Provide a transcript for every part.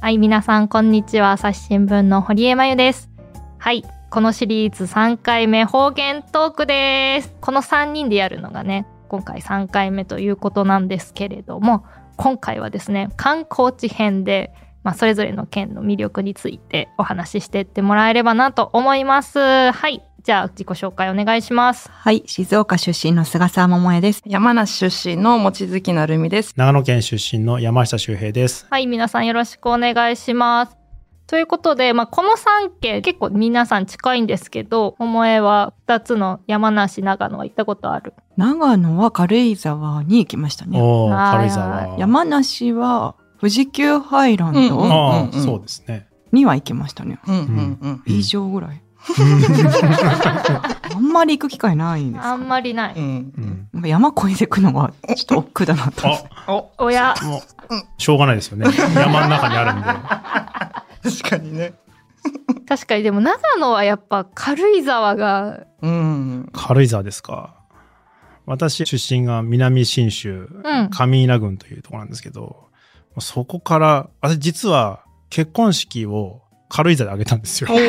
はい、皆さんこんにちは。朝日新聞の堀江真由です。はい、このシリーズ3回目方言トークです。この3人でやるのがね、今回3回目ということなんですけれども、今回はですね、観光地編で、まあ、それぞれの県の魅力についてお話ししていってもらえればなと思います。はい、じゃあ自己紹介お願いします。はい、静岡出身の菅沢桃江です。山梨出身の望月なるみです。長野県出身の山下修平です。はい、皆さんよろしくお願いします。ということで、まあ、この3県結構皆さん近いんですけど、桃江は2つの山梨、長野は行ったことある。長野は軽井沢に行きましたね。おお、はい軽井沢。山梨は富士急ハイランうんドああ、うんそうですね。には行きましたね。うんうんうん。以上ぐらい。あんまり行く機会ないんですあかんまりなう。い。うんんなんか山越えてくのはちょっと億劫だなと。あ、お、おや、もう、しょうがないですよね。山の中にあるんで。確かにね。確かにでも長野はやっぱ軽井沢が、うん。軽井沢ですか。私、出身が南信州うん、上伊那郡というところなんですけど、もうそこから、私実は結婚式を軽井沢で挙げたんですよお。ー、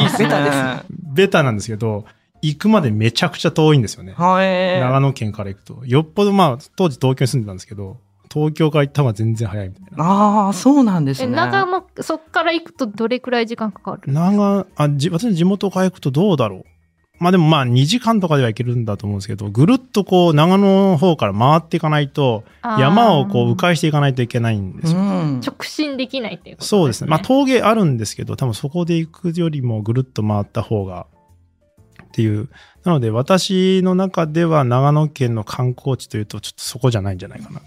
いいっすね。ベタですベタなんですけど、行くまでめちゃくちゃ遠いんですよね。はい。長野県から行くと。よっぽどまあ、当時東京に住んでたんですけど、東京から行った方が全然早いみたいな。ああ、そうなんですえね。長野、そっから行くとどれくらい時間かかる長、あ、じ、私の地元から行くとどうだろう。まあでもまあ2時間とかでは行けるんだと思うんですけど、ぐるっとこう長野の方から回っていかないと、山をこう迂回していかないといけないんですよ。うん。直進できないっていうことそうですね。まあ峠あるんですけど、多分そこで行くよりもぐるっと回った方がっていう。なので私の中では長野県の観光地というとちょっとそこじゃないんじゃないかなと。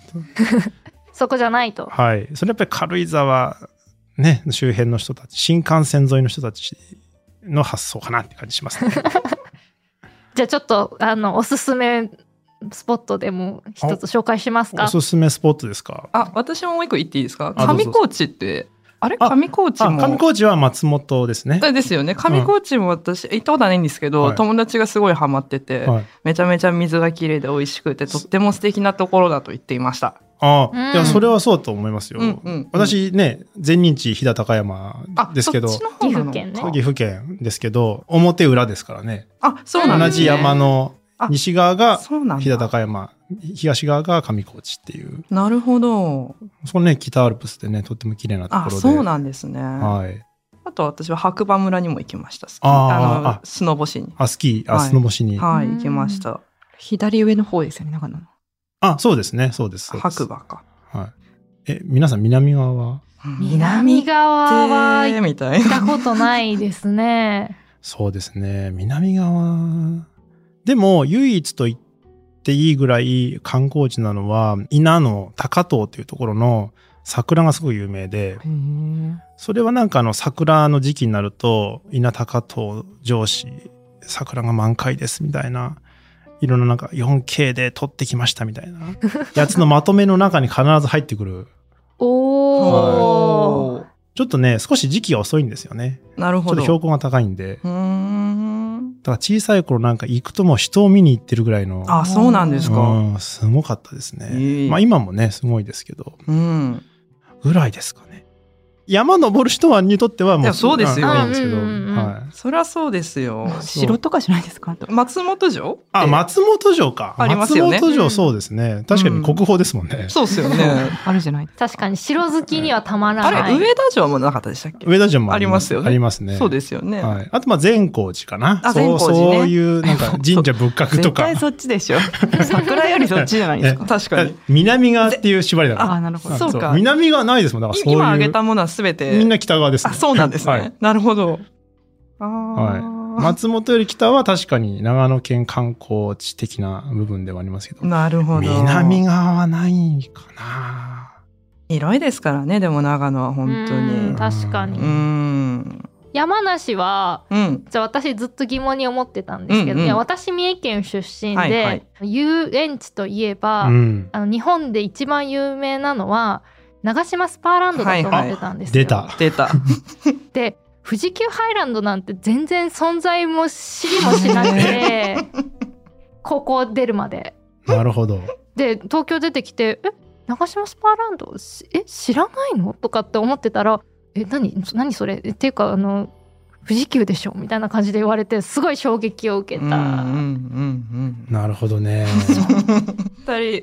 そこじゃないと。はい。それやっぱり軽井沢、ね、周辺の人たち、新幹線沿いの人たちの発想かなって感じしま すね。じゃあちょっと、あの、おすすめスポットでも一つ紹介しますおか。すすめスポットですかあ、私ももう一個言っていいですかあどう上ぞ高地って、あれあ上高地あ、も。上高地は松本ですね。ですよね。上高地も私、行ったことはないんですけど、はい友達がすごいハマってて、はい、めちゃめちゃ水が綺麗で美味しくて、とっても素敵なところだと言っていました。ああ、うんいや、それはそうと思いますよ。うんうん私ね、前任地飛騨高山あ、ですけど、そっちの方なのか岐阜県ね岐阜県ですけど、表裏ですからね。あ、そうなん同ですじね。山のあ西側がそうなんだ飛騨高山、東側が上高地っていう、なるほど。そこね、北アルプスでね、とっても綺麗なところあ、で。そうなんですね。はい。あと私は白馬村にも行きました。スキーあーああの、スノボしに。あ、スキー、あ、はいスノボしに。はい、うん行きました。左上の方ですよね、長野の。あ、そうですね、そうです。そうです白。馬か。はい。え、皆さん、南側は南側は行っみたいたことないですね。そうですね、南側。でも、唯一と言っていいぐらい観光地なのは、伊那の高遠っていうところの桜がすごい有名で、それはなんかあの桜の時期になると、稲高と上司、桜が満開ですみたいな、いろんななんか 4K で撮ってきましたみた いなやつのまとめの中に必ず入ってくる。な。おお。 おーちょっとね、少し時期が遅いんですよね。なるちょほっとど。標高が高いんで。うーん。だから小さい頃なんか行くともう人を見に行ってるぐらいの。あ、そうなんですか。うん、すごかったですえね。えまあ今もね、すごいですけど、うん。ぐらいですかね。山登る人はにとってはもういやそうですよんいいんですけど。うんうんうんうんはい。そりゃそうですよ。城とかじゃないですかあと松本城あ、って松本城か。ありますよね松本城、そうですね。確かに国宝ですもんね。そうっすよ ね。あるじゃない。確かに城好きにはたまらなあれ、い。上田城はもうなかったでしたっけ上田城もありますよねありますね。そうですよね。はい。あと、まあ、善光寺かな。あそう、善光寺ねそういう、なんか、神社仏閣と絶か。対そっちでしょ。桜よりそっちじゃないですか。確かに。南側っていう縛りだから。あ、なるほど。そうか南側ないですもん。だからそういう。今挙げたものはすべて。みんな北側です、ね。あ、そうなんですね。はいなるほど。あははい松本より北は確かに長野県観光地的な部分ではありますけど。なるほど。南側はないかな。広いですからね、でも長野は本当うんに。確かにう。ん。山梨は、うん。じゃあ私ずっと疑問に思ってたんですけど、うんうんいや私三重県出身で、はいはい遊園地といえば、うん。あの日本で一番有名なのは長島スパーランドだと思ってたんですよ。出た。出た。で富士急ハイランドなんて全然存在も知りもしなくて 高校出るまで。なるほど。で東京出てきて「え長島スパーランドしえ知らないのとかって思ってたらえ何何それえっていうかあの富士急でしょみたいな感じで言われてすごい衝撃を受けうんうんうんた。うんなるほ どね。二人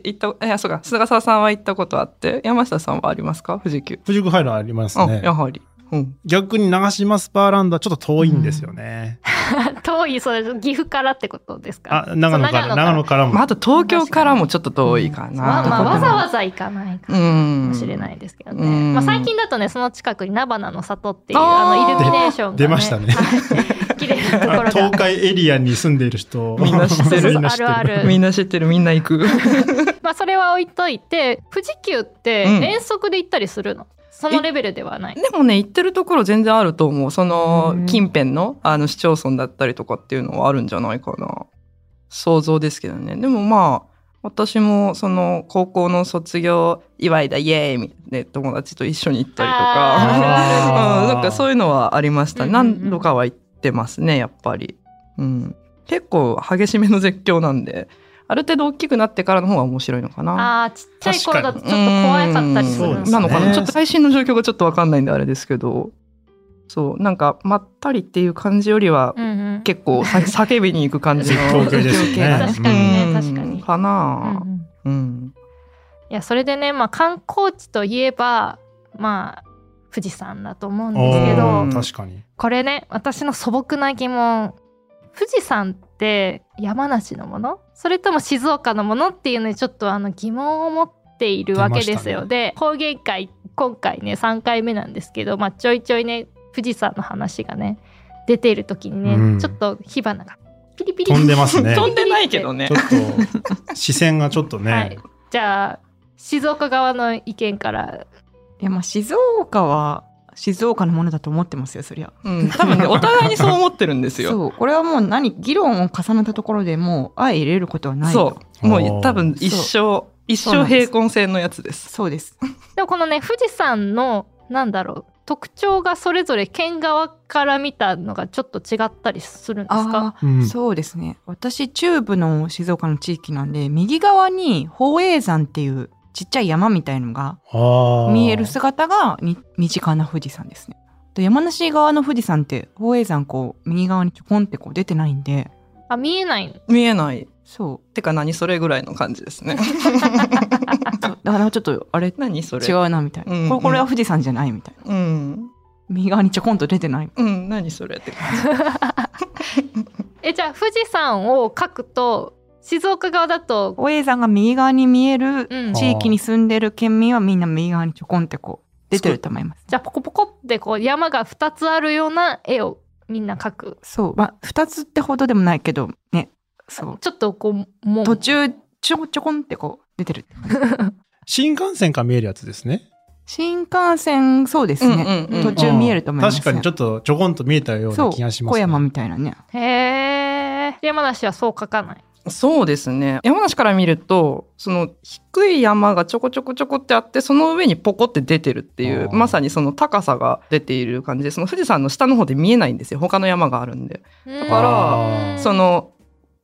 行ったいやそうか菅沢さんは行ったことあって山下さんはありますか富士急富士五イラありますあね。やはりうん逆に長島スパーランドはちょっと遠いんですよね。遠いそれ岐阜からってことですかあ、長野から、そう長野からまあも。あと東京からもちょっと遠いかなまあまあわざわわざ行かないかざうんもしれないですけどね、うんまあ、最近だとねその近くに菜花の里っていうああーのイルミネーションが、ね、出ましたねはい綺麗なところが東海エリアに住んでいる人。みんな知ってる みんな知ってるあるあるみんな知ってるみんな行くまあそれは置いといて富士急ってうん遠足で行ったりするの、そのレベルではないでもね行ってるところ全然あると思うそのうん近辺のあの市町村だったりとかっていうのはあるんじゃないかな想像ですけどねでもまあ私もその高校の卒業祝いだイエーイみたいなね友達と一緒に行ったりとあーかあ うん、なんかそういうのはありました。うんうんうん何度かは行ってますね、やっぱり。うん。結構激しめの絶叫なんで、ある程度大きくなってからの方が面白いのかな。あーちっちゃい頃だとちょっとうん怖かったりするそうですねなのかな。ちょっと最新の状況がちょっとわかんないんであれですけど、そう、なんかまったりっていう感じよりは、うんうん結構さ叫びに行く感じの 絶叫系ですよね確かにね確かうんに、かうんなうんうん、いやそれでね、まあ、観光地といえばまあ富士山だと思うんですけおどーああ確かに。これね私の素朴な疑問富士山って山梨のものそれとも静岡のものっていうのにちょっとあの疑問を持っているわけですよ、出ましたねで方言会今回ね3回目なんですけど、まあ、ちょいちょいね富士山の話がね出ている時にね、うんちょっと火花がピリピリ飛んでますね 飛んでないけどねちょ。っと、視線がちょっとね。はいじゃあ静岡側の意見からいやまあ静岡は静岡のものだと思ってますよそりゃうん、多分ね、お互いにそう思ってるんですよ。そうこれはもう何議論を重ねたところでもう相入れることはないそとう。もおうー多分一生、一そうな生んです平行線のやつです。そうですでもこのね富士山のなんだろう特徴がそれぞれ県側から見たのがちょっと違ったりするんですかああうんそうですね私中部の静岡の地域なんで右側に宝永山っていうちっちゃい山みたいのがああ見える姿がに身近な富士山ですねで山梨側の富士山って宝永山こう右側にちょこんってこう出てないんであ見えない見えない。そてか何それぐらいの感じですね。う そうだからちょっとあれ何それ違うなみたいな、うんこれこれは富士山じゃないみたいなうん。右側にちょこんと出てないうん、何それって感じ。えじゃあ富士山を描くと静岡側だと宝永山が右側に見えるうん地域に住んでる県民はみんな右側にちょこんってこう出てると思います。じゃあポコポコってこう山が2つあるような絵をみんな描くそう、まあ、二つってほどでもないけど、ね、そう。ちょっとこうもう途中、ちょこちょこんってこう出てる。新幹線から見えるやつですね。新幹線、そうですね。うんうんうん途中見えると思います、確かにちょっっとちょこんと見えたような気がしそう、ま小す、ね。山みたいなね。へえ山梨はそう描かないそうですね。山梨から見ると、その低い山がちょこちょこちょこってあって、その上にポコって出てるっていうあ、ーまさにその高さが出ている感じで、その富士山の下の方で見えないんですよ。他の山があるんで。だからうんその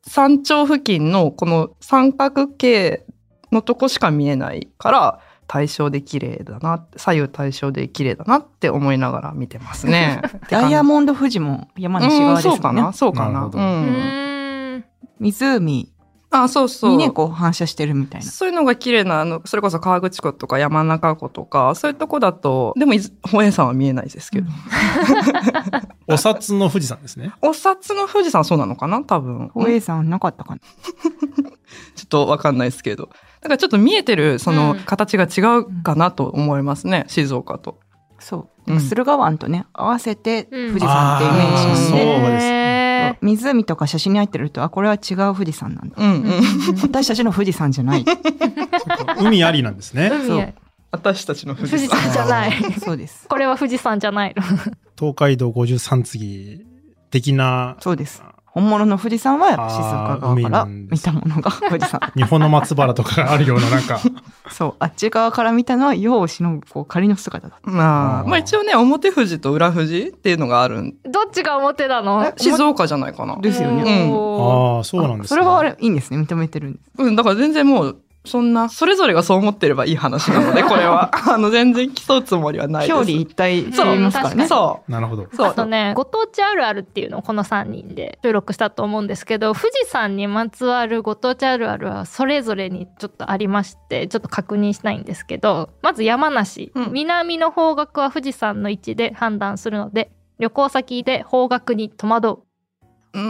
山頂付近のこの三角形のとこしか見えないから対称で綺麗だな左右対称で綺麗だなって思いながら見てますね。ダイヤモンモンド富士も山梨側ですそもうかんねな。そうかなるな。ほどううん、ーん湖あそうそにね、う。こう反射してるみたいな。そういうのが綺麗なあのそれこそ河口湖とか山中湖とかそういうとこだとでも伊豆保栄山は見えないですけど、お札の富士山ですね。お札の富士山そうなのかな多分宝永山なかったかな。ちょっとわかんないですけど。だからちょっと見えてる、そのうん形が違うかなと思いますね、静岡と。そう。うん駿河湾とね、合わせて富士山ってイメージあなーんで、そうですへー湖とか写真に入ってると、あ、これは違う富士山なんだ。うんうん。私たちの富士山じゃない。海ありなんですね。 海へ私たちの富富士士山山。じゃないそうです。これは富士山じゃないの 東海道53次的なそうです。本物の富士山は静岡側からあー海なん見ですたものが富士山。日本の松原とかがあるようななんかそう、あっち側から見たのは世を忍ぶこう仮の姿だ。まあ、うんまあ一応ね、表富士と裏富士っていうのがあるんどっちが表なのえ静岡じゃないかな。ですよね。おーああそうなんです、ね、それはあれいいんですね。認めてるんです。うん、だから全然もう、そんな、それぞれがそう思ってればいい話 なので、これは。あの、全然競うつもりはないです。表裏一体って言いますからね。そなるほど。う。そう。あとねご当地あるあるっていうのをこの3人で収録したと思うんですけど富士山にまつわるご当地あるあるはそれぞれにちょっとありましてちょっと確認したいんですけどまず山梨、うん南の方角は富士山の位置で判断するので旅行先で方角に戸惑ううこれ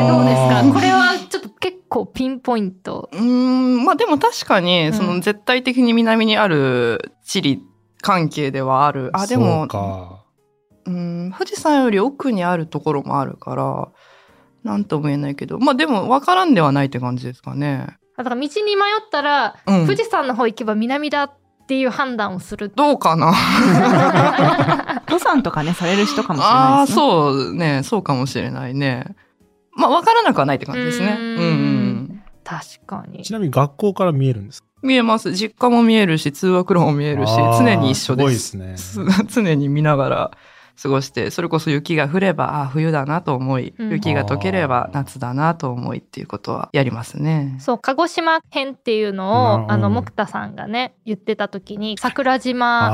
ーん。どうですあかーこれはちょっと結構ピンポイントうーん、まあでも確かうんに、その絶対的に南にある地理関係ではある。あ、でそうも、か。うん、富士山より奥にあるところもあるから、なんとも言えないけど、まあでも分からんではないって感じですかね。だから道に迷ったら、うん富士山の方行けば南だっていう判断をするどうかな登山とかね、される人かもしれあなあ、いですね。そうね、そうかもしれないね。まあ分からなくはないって感じですうね。うんんうん確かにちなみに学校から見えるんですか見えます。実家も見えるし、通学路も見えるし、あー常に一緒です。すごいですね。す 常に見ながら過ごして、それこそ雪が降れば、ああ、冬だなと思い、うん雪が溶けれあばー夏だなと思いっていうことはやりますね。そう鹿児島編っていうのうんをあの木田さんがね言ってた時に桜島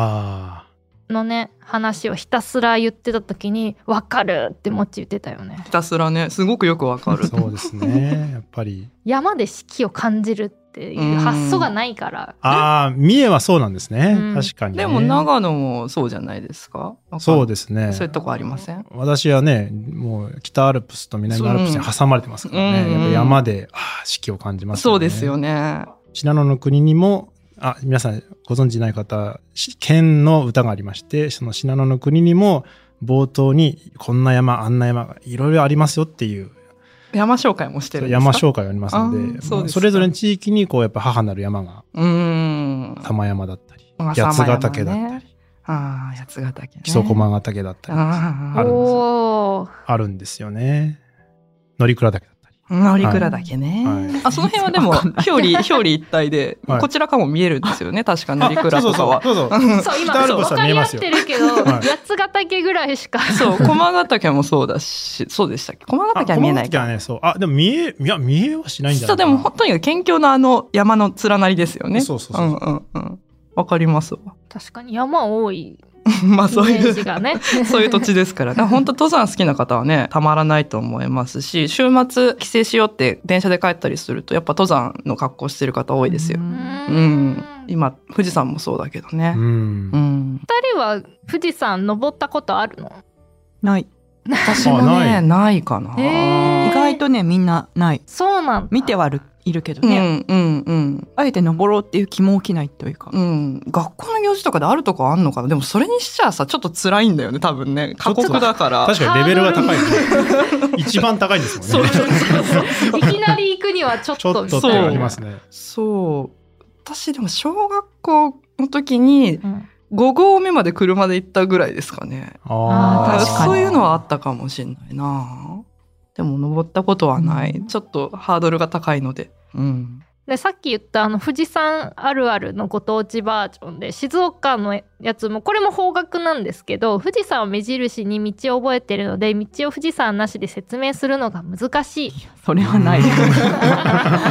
あのね話をひたすら言ってた時に「わかる!」ってもっち言ってたよねひたすらね、すごくよくわかあ、る。そうですね。やっぱり。山で四季を感じるっていう発想がないからああ、三重はそうなんですね。うん確かに、ね。でも長野もそうじゃないですか。そうでですね。そういうとこありません。私はね、もう北アルプスと南アルプスに挟まれてますからね。うんやっぱ山で、ああ、四季を感じますそうですよね。信濃の国にもあ皆さんご存知ない方し県の歌がありましてその信濃の国にも冒頭にこんな山あんな山がいろいろありますよっていう山紹介もしてるんですか。山紹介がありますのであーまあそうですかれぞれの地域にこうやっぱ母なる山がうーん。玉山だったりまあ八ヶ岳だ様っ々たねりああ、八ヶ岳ね。木曽駒ヶ岳だったりああるんですおーあるんですよね。乗鞍岳だったりあ、乗り倉岳ね、はいあ、その辺はでも、表裏、表裏一体で、はいこちらかも見えるんですよね。確か乗り倉とそうかそうは。そうそうそう今北アル分プスはか見りえ合まっすよてるけど、 はい八ヶ岳ぐらいしか そう、駒ヶ岳もそうだし、そうでしたっけ駒ヶあ岳は見えないこの時はか。ねそうあでも見えいや見えはしないんじゃそなう、いかでなも、とにかく県境のあの山の連なりですよね。そうそうそううんうんうん。わかりますわ。 確かに山多 いイまメあそういージう、がねそういう土地ですから。だから本当登山好きな方はね、たまらないと思いますし、週末帰省しようって電車で帰ったりすると、やっぱ登山の格好してる方多いですよう。うんーうんん。今、富士山もそうだけどねう。んうん。二人は富士山登ったことあるのない。私もあなね、いないかな。へー意外とね、みんなない。そうなんだ見てはいるいるけどうね、んうんうんあえて登ろうっていう気も起きないというか。うん学校の行事とかであるとかあんのかなでもそれにしちゃさちょっと辛いんだよね多分ね過酷だから 確かにレベルが高い、ね、一番高いですもんね。 そうそういきなり行くにはちょっちょとっとみってたいういのながありますね。そう私でも小学校の時にうん5合目まで車で行ったぐらいですかねあーだから確かにそういうのはあったかもしれないなでも登ったことはない、うんちょっとハードルが高いのでうんでさっき言ったあの富士山あるあるのご当地バージョンで静岡のやつもこれも方角なんですけど富士山を目印に道を覚えてるので道を富士山なしで説明するのが難しいそれはない。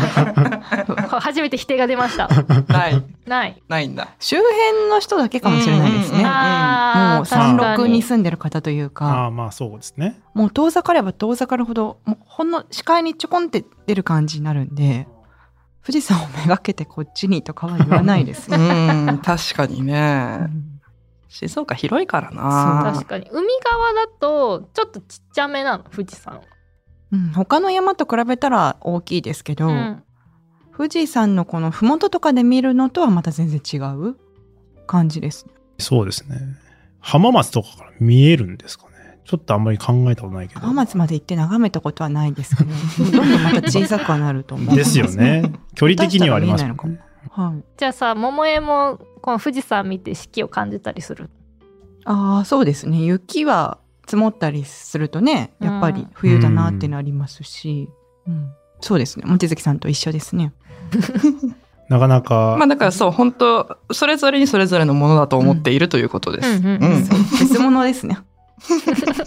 初めて否定が出ま したないないないんだ周辺の人だけかもしれないですうんうね。んあもうー山確か麓にに住んでる方というあか、あ、まあそうですね。もう遠ざかれば遠ざかるほど、もうほんの視界にちょこんって出る感じになるんで、富士山をめがけてこっちにとかは言わないですうね。ん確かにうねん静岡広いからな確かに海側だとちょっとちっちゃめなの富士山うん他の山と比べたら大きいですけど、うん富士山のこの麓とかで見るのとはまた全然違う感じですね。そうですね。浜松とかから見えるんですかね。ちょっとあんまり考えたことないけど。浜松まで行って眺めたことはないですけど、どんどんまた小さくはなると思う。 ですよ。ね。距離的にはありますもん下手しね。はい。じゃあさ桃江もこの富士山見て四季を感じたりするああ、そうですね。雪は積もったりするとね、やっぱり冬だなってなりますし、うんそうですね。望月さんと一緒ですね。なかなか、まあだからそう本当それぞれにそれぞれのものだと思っているということです。うんうんうんそう別物ですね。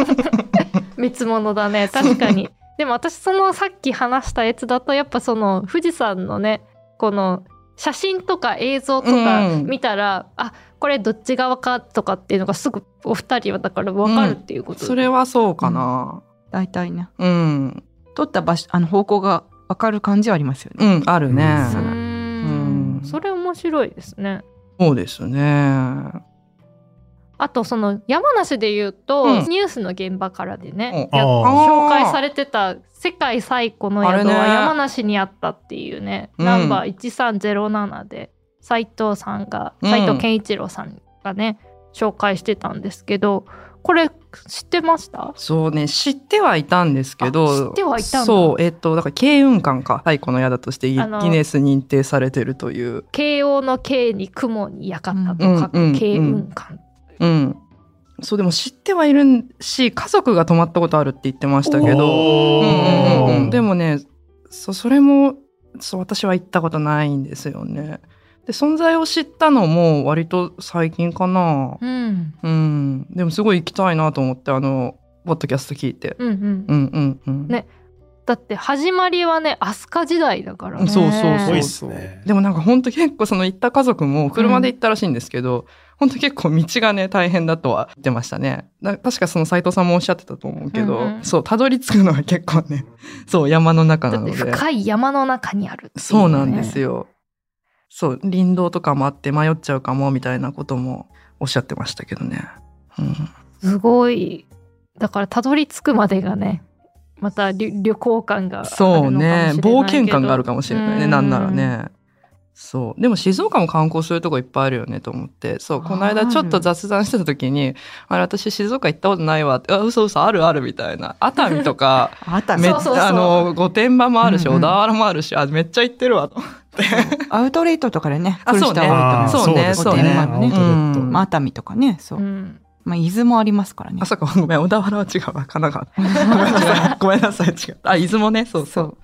別物だね確かに でも私そのさっき話したやつだとやっぱその富士山のねこの写真とか映像とかうん見たら、あこれどっち側かとかっていうのがすぐお二人はだから分かるっていうこと、それはそうかな。大体ねうん。撮った場所あの方向がわかる感じはありますようね、ん、あるね。うーんうんそれ面白いですね。そうですね。あとその山梨で言うと、うんニュースの現場からでね、うんやあ紹ー介されてた「世界最古のあれ宿ねは山梨にあった」っていうねうんナンバー1307で斉藤さんがうん斉藤健一郎さんがね、紹介してたんですけどこれ知ってましたそうね、知ってはいたんですけど。あ知ってはいたんだそう、えっと、だから、慶雲館か、太古の宿としてギあのギネス認定されてるという。慶応の慶に雲に館と書うんうんうくん慶雲館うん。そう、でも知ってはいるし、家族が泊まったことあるって言ってましたけど。おうんうんうんうーんでもね、そう、それも、そう、私は行ったことないんですよね。で、存在を知ったのも、割と最近かな。うんうん、でもすごい行きたいなと思ってあのポッドキャスト聞いて、うんうんうんうんうん、ねだって始まりはね飛鳥時代だからねそうそうすそごいうっすねでもなんかほんと結構その行った家族も車で行ったらしいんですけど、ほんと結構道がね大変だとは言ってましたねな確かその斉藤さんもおっしゃってたと思うけど、うんうんそうたどり着くのは結構ねそう山の中なだっのてで深い山の中にあるっていねそうなんですよそう林道とかもあって迷っちゃうかもみたいなこともおっしゃってましたけどね、うん、すごいだからたどり着くまでがねまた旅旅行感があるのかもしそれうないねけど冒険感があるかもしれないねうんなんならねそうでも静岡も観光するとこいっぱいあるよねと思ってそうこの間ちょっと雑談してた時に「あれ私静岡行ったことないわ」って「あ嘘嘘あるある」みたいな熱海 とかあっためっそうそうそうあの御殿場もあるしうんう小ん田原もあるしあめっちゃ行ってるわと思ってアウトレイトとかでねあ来る人は多いと思いあまーすそうねそうそうねねアウトレットうんまあ熱海とかねそう、うんまあ伊豆もありますからねあそこごめん小田原は違うわ 神奈川ごめんなさいごめんなさい違うあ伊豆もねそうそう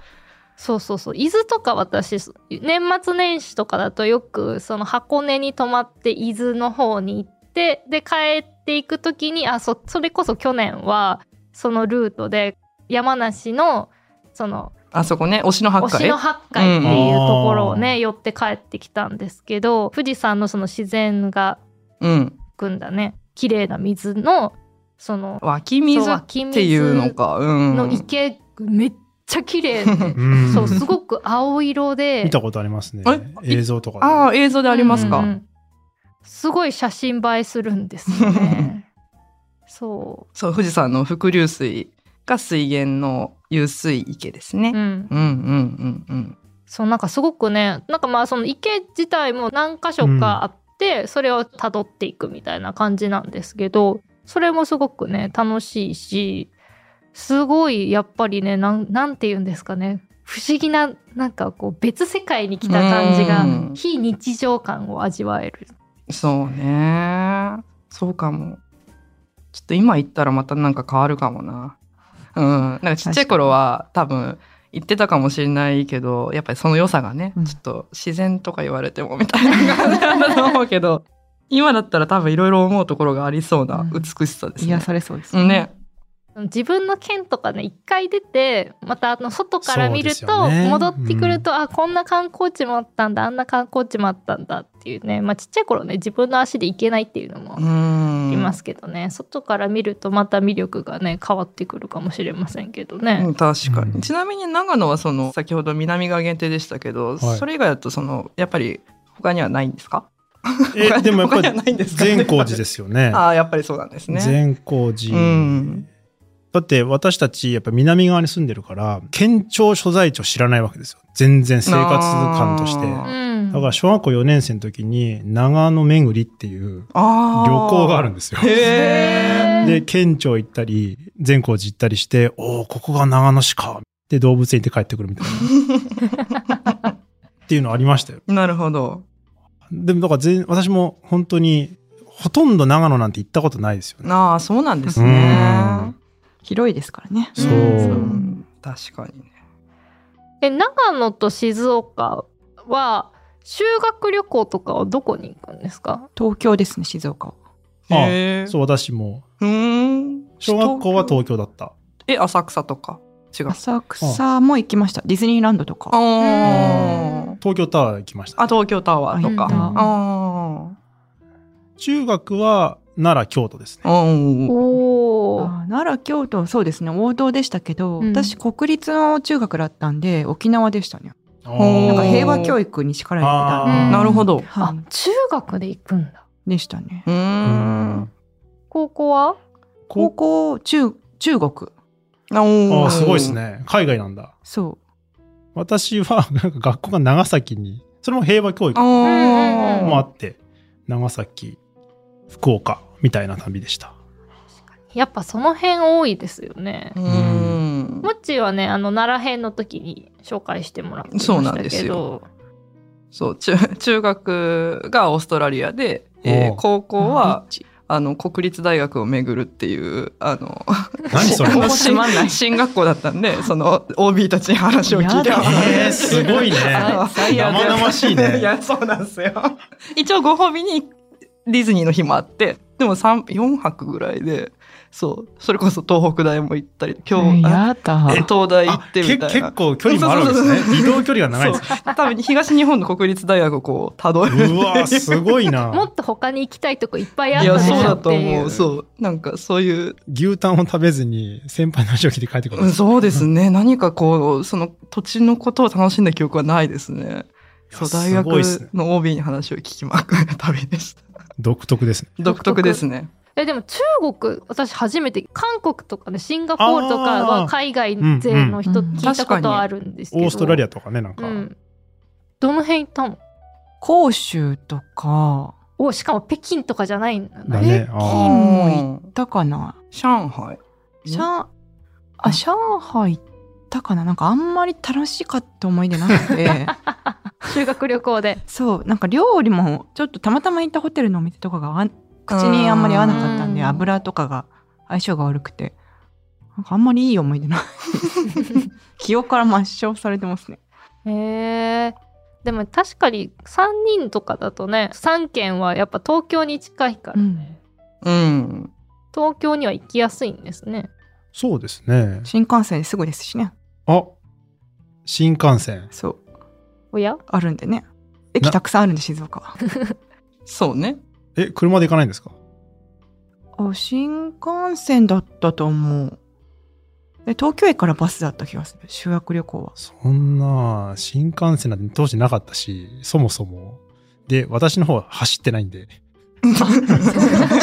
そうそうそう伊豆とか私年末年始とかだとよくその箱根に泊まって伊豆の方に行ってで帰っていく時にあそそれこそ去年はそのルートで山梨のそのあそこね推しの八推し海の八海っていうところをね、寄って帰ってきたんですけど富士山のその自然がうん組んだね綺麗な水のその湧き水そうっ湧き水ていうのかうんの池、めっちゃ綺麗で、うんそうすごく青色で見たことありますねえ映像とかでああ映像でありますか、うんうんすごい写真映えするんですよ ねそそう富士山の伏流水が水源の湧水池ですねう、う、ん、うん、うんうんうんそうなんかすごくねなんかまあその池自体も何箇所かあって、それをたどっていくみたいな感じなんですけどそれもすごくね楽しいしすごいやっぱりねなんなんて言うんですかね不思議ななんかこう別世界に来た感じがうん非日常感を味わえる。そうねそうかもちょっと今行ったらまたなんか変わるかもなうんなんかちっちゃい頃は多分行ってたかもしれないけどやっぱりその良さがね、うんちょっと自然とか言われてもみたいな感じなんだと思うけど今だったら多分いろいろ思うところがありそうな美しさですね癒。されそうですうん、ね自分の県とかね一回出てまたあの外から見るそうですと、よね戻ってくると、あこんな観光地もあったんだあんな観光地もあったんだっていうね、まあ、ちっちゃい頃ね自分の足で行けないっていうのもうあんりますけどね、外から見るとまた魅力がね変わってくるかもしれませんけどね。うん、確かに、うんちなみに長野はその先ほど南側限定でしたけど、はいそれ以外だとそのやっぱり他にはないんですかえでもやっぱ他にはないんでりすか善光寺ですよね ああやっぱりそうなんですね善光寺、うんだって私たちやっぱ南側に住んでるから県庁所在地を知らないわけですよ全然生活感としてあうんだから小学校4年生の時に長野巡りっていう旅ああ行があるんですよへえで県庁行ったり善光寺行ったりしておおここが長野市かで動物園行って帰ってくるみたいなっていうのありましたよなるほどでもだから全私も本当にほとんど長野なんて行ったことないですよねああそうなんですうねん広いですからねそう、うんん確かにねえ長野と静岡は修学旅行とかはどこに行くんですか東京ですね静岡はああへえそう私もうーん小学校は東京だったえ浅草とか違う浅草も行きましたディズニーランドとかああ東京タワー行きました。あ東京タワーとか、うんああ中学は奈良、京都ですね。あーおお。あ奈良京都そうですね王道でしたけど、うん私国立の中学だったんで沖縄でしたねーなんか平お和ー教育に力入れてあーたなるほどあは、中学で行くんだ。いでしたねううーんん高校は高こ校中中国あーあーすごいですね。海外なんだ。そ私はなんか学校が長崎に、それも平和教育あもうんーうんうんあって、長崎、福岡みたいな旅でした。やっぱその辺多いですよね。うんもっちーはね、あの奈良編の時に紹介してもらってまそうなしんたですけどよ。そう中中学がオーストラリアで、えーおー高う校はリッチあの国立大学を巡るっていうあの何 それあのつまんない進学校だったんでその OB たちに話を聞いてやだえー、す ごいね。あの最悪生々しいね いやそうなんですよ一応ご褒美にディズニーの日もあってでも三4泊ぐらいでそうそれこそ東北大も行ったり今日、あやだ東大行あってけみたい結な構距離もあるんですねそうそうそう移動距離が長いですね多分東日本の国立大学をこうたどるっていううわすごいなもっと他に行きたいとこいっぱいあっいたやでしそうょだってという。思うそうなんかそういう、牛タンを食べずに先輩の話を聞いて帰ってくるうんそうですね何かこうその土地のことを楽しんだ記憶はないですねそやう大す学ごいっすねの OB に話を聞きまくる旅でした 独特ですね独特ですねえでも中国私初めて韓国とかねシンガポールとかは海外勢の人あーうんうん聞いたことあるんですけど、オーストラリアアとかねなんか、うん、どの辺行ったの甲州とかおしかも北京とかじゃないんだだねね北あ京も行ったかな上海上あ上海行ったかななんかあんまり楽しかった思い出なくて修学旅行でそうなんか料理もちょっとたまたま行ったホテルのお店とかがあん口にあんまり合わなかったんでうん油とかが相性が悪くてなんかあんまりいい思い出 ない記憶から抹消されてますねへえでも確かに3人とかだとね3県はやっぱ東京に近いからね、うん東京には行きやすいんですねそうですね新幹線すぐですしねあ新幹線そうおやあるんでね駅たくさんあるんで静岡はそうねえ車で行かないんですかあ新幹線だったと思うで東京駅からバスだった気がする修学旅行はそんな新幹線なんて当時なかったしそもそもで私の方は走ってないんで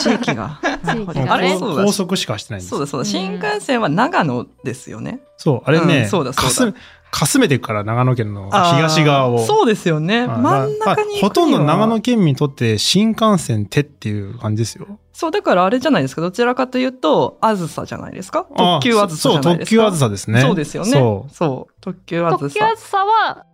地域が。なるほど地域があれもうそうだ高速しかしてないんですそうだそううんだ新幹線は長野ですよねそうあれね、うんそうだそうだかすめかすめていくから長野県の東側をあーそうですよねは真いまあん中まにあほとんど長野県県民にとって新幹線手っていう感じですよ。そうだからあれじゃないですかどちらかというとあずさじゃないですか特急あずさそじう、ゃない特です急かあずさですね。そうですよねそそう特急あず特急あさずさは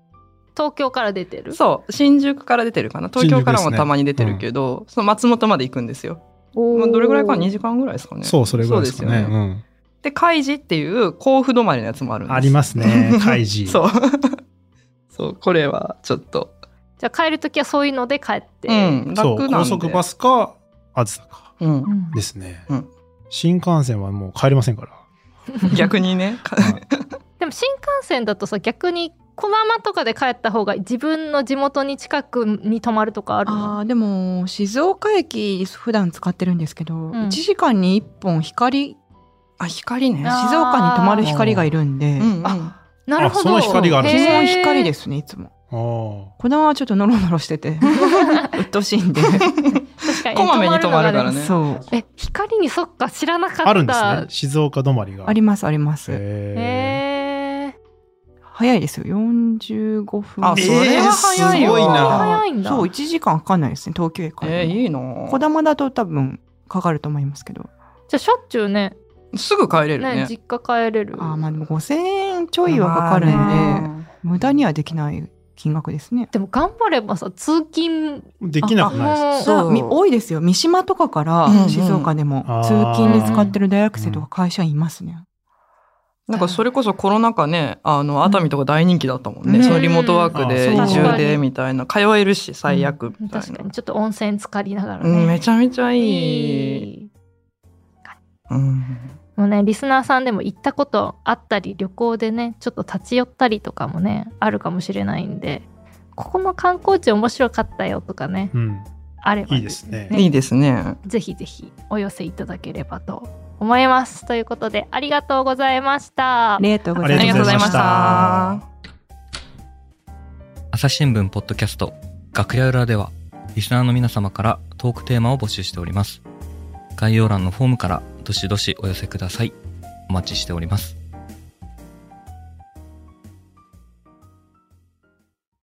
東京から出てるそう新宿から出てるかな東京から新宿もですねたまに出てるけど、その松本まで行くんですよ、おまあ、ーどれぐらいか2時間ぐらいですかう、ねそう、それぐらいですかそうね。よで海事っていう甲府止まりのやつもあるんうですん、ありますね、 開示。そうそうこれはちょっとじゃあ帰る時はそういうので帰って、うんそう楽なんで高速バスか、あずさか。うんですね、うん新幹線はもう帰れませんから。逆に ねかはいでも新幹線だとさ逆に小浜とかで帰った方が自分の地元に近くに泊まるとかあるのあーでも静岡駅普段使ってるんですけど、ん1時間に1本光静あ光ねあ岡に泊まる光がいるんで、うんうんあなるほどあその光があるん基ですね本光ですすねいつもあーこだはちょっとノロノロしてて鬱陶しいんで確かにこまめに泊まるからねそうえ光にそっか知らなかったあるんですね。静岡止まりが。ありますありますへへえ早いですよ45分あそれは早いわえーすごいな早いんだそう1時間かかんないですね東京駅から、えー、いいな小玉だと多分かかると思いますけどじゃあしょっちゅうねすぐ帰れるねね実家帰れるあーまあでも5000円ちょいはかかるんで、まあね無駄にはできない金額ですね。でも頑張ればさ通勤ーできなくないです。もそうみ多いですよ三島とかかうんうらん静岡でもあー通勤で使ってる大学生とか会社員いますね。なんかそれこそコロナ禍ね、あの、熱海とか大人気だったもんね。うんそのリモートワークで、うん移あそう住で、みたいな。通えるし、最悪、みたい確かな。にちょっと温泉浸かりながらうね、ん、めちゃめちゃいい。いいうん。もうねリスナーさんでも行ったことあったり旅行でねちょっと立ち寄ったりとかもねあるかもしれないんでここの観光地面白かったよとかねうん、あれば、いいですね。いいですね。ぜひぜひお寄せいただければと思いますということでありがとうございましたありがとうござあいりますがとうございましたありがとうございました。朝日新聞ポッドキャスト楽屋裏ではリスナーの皆様からトークテーマを募集しております概要欄のフォームからどしどしお寄せくださいお待ちしております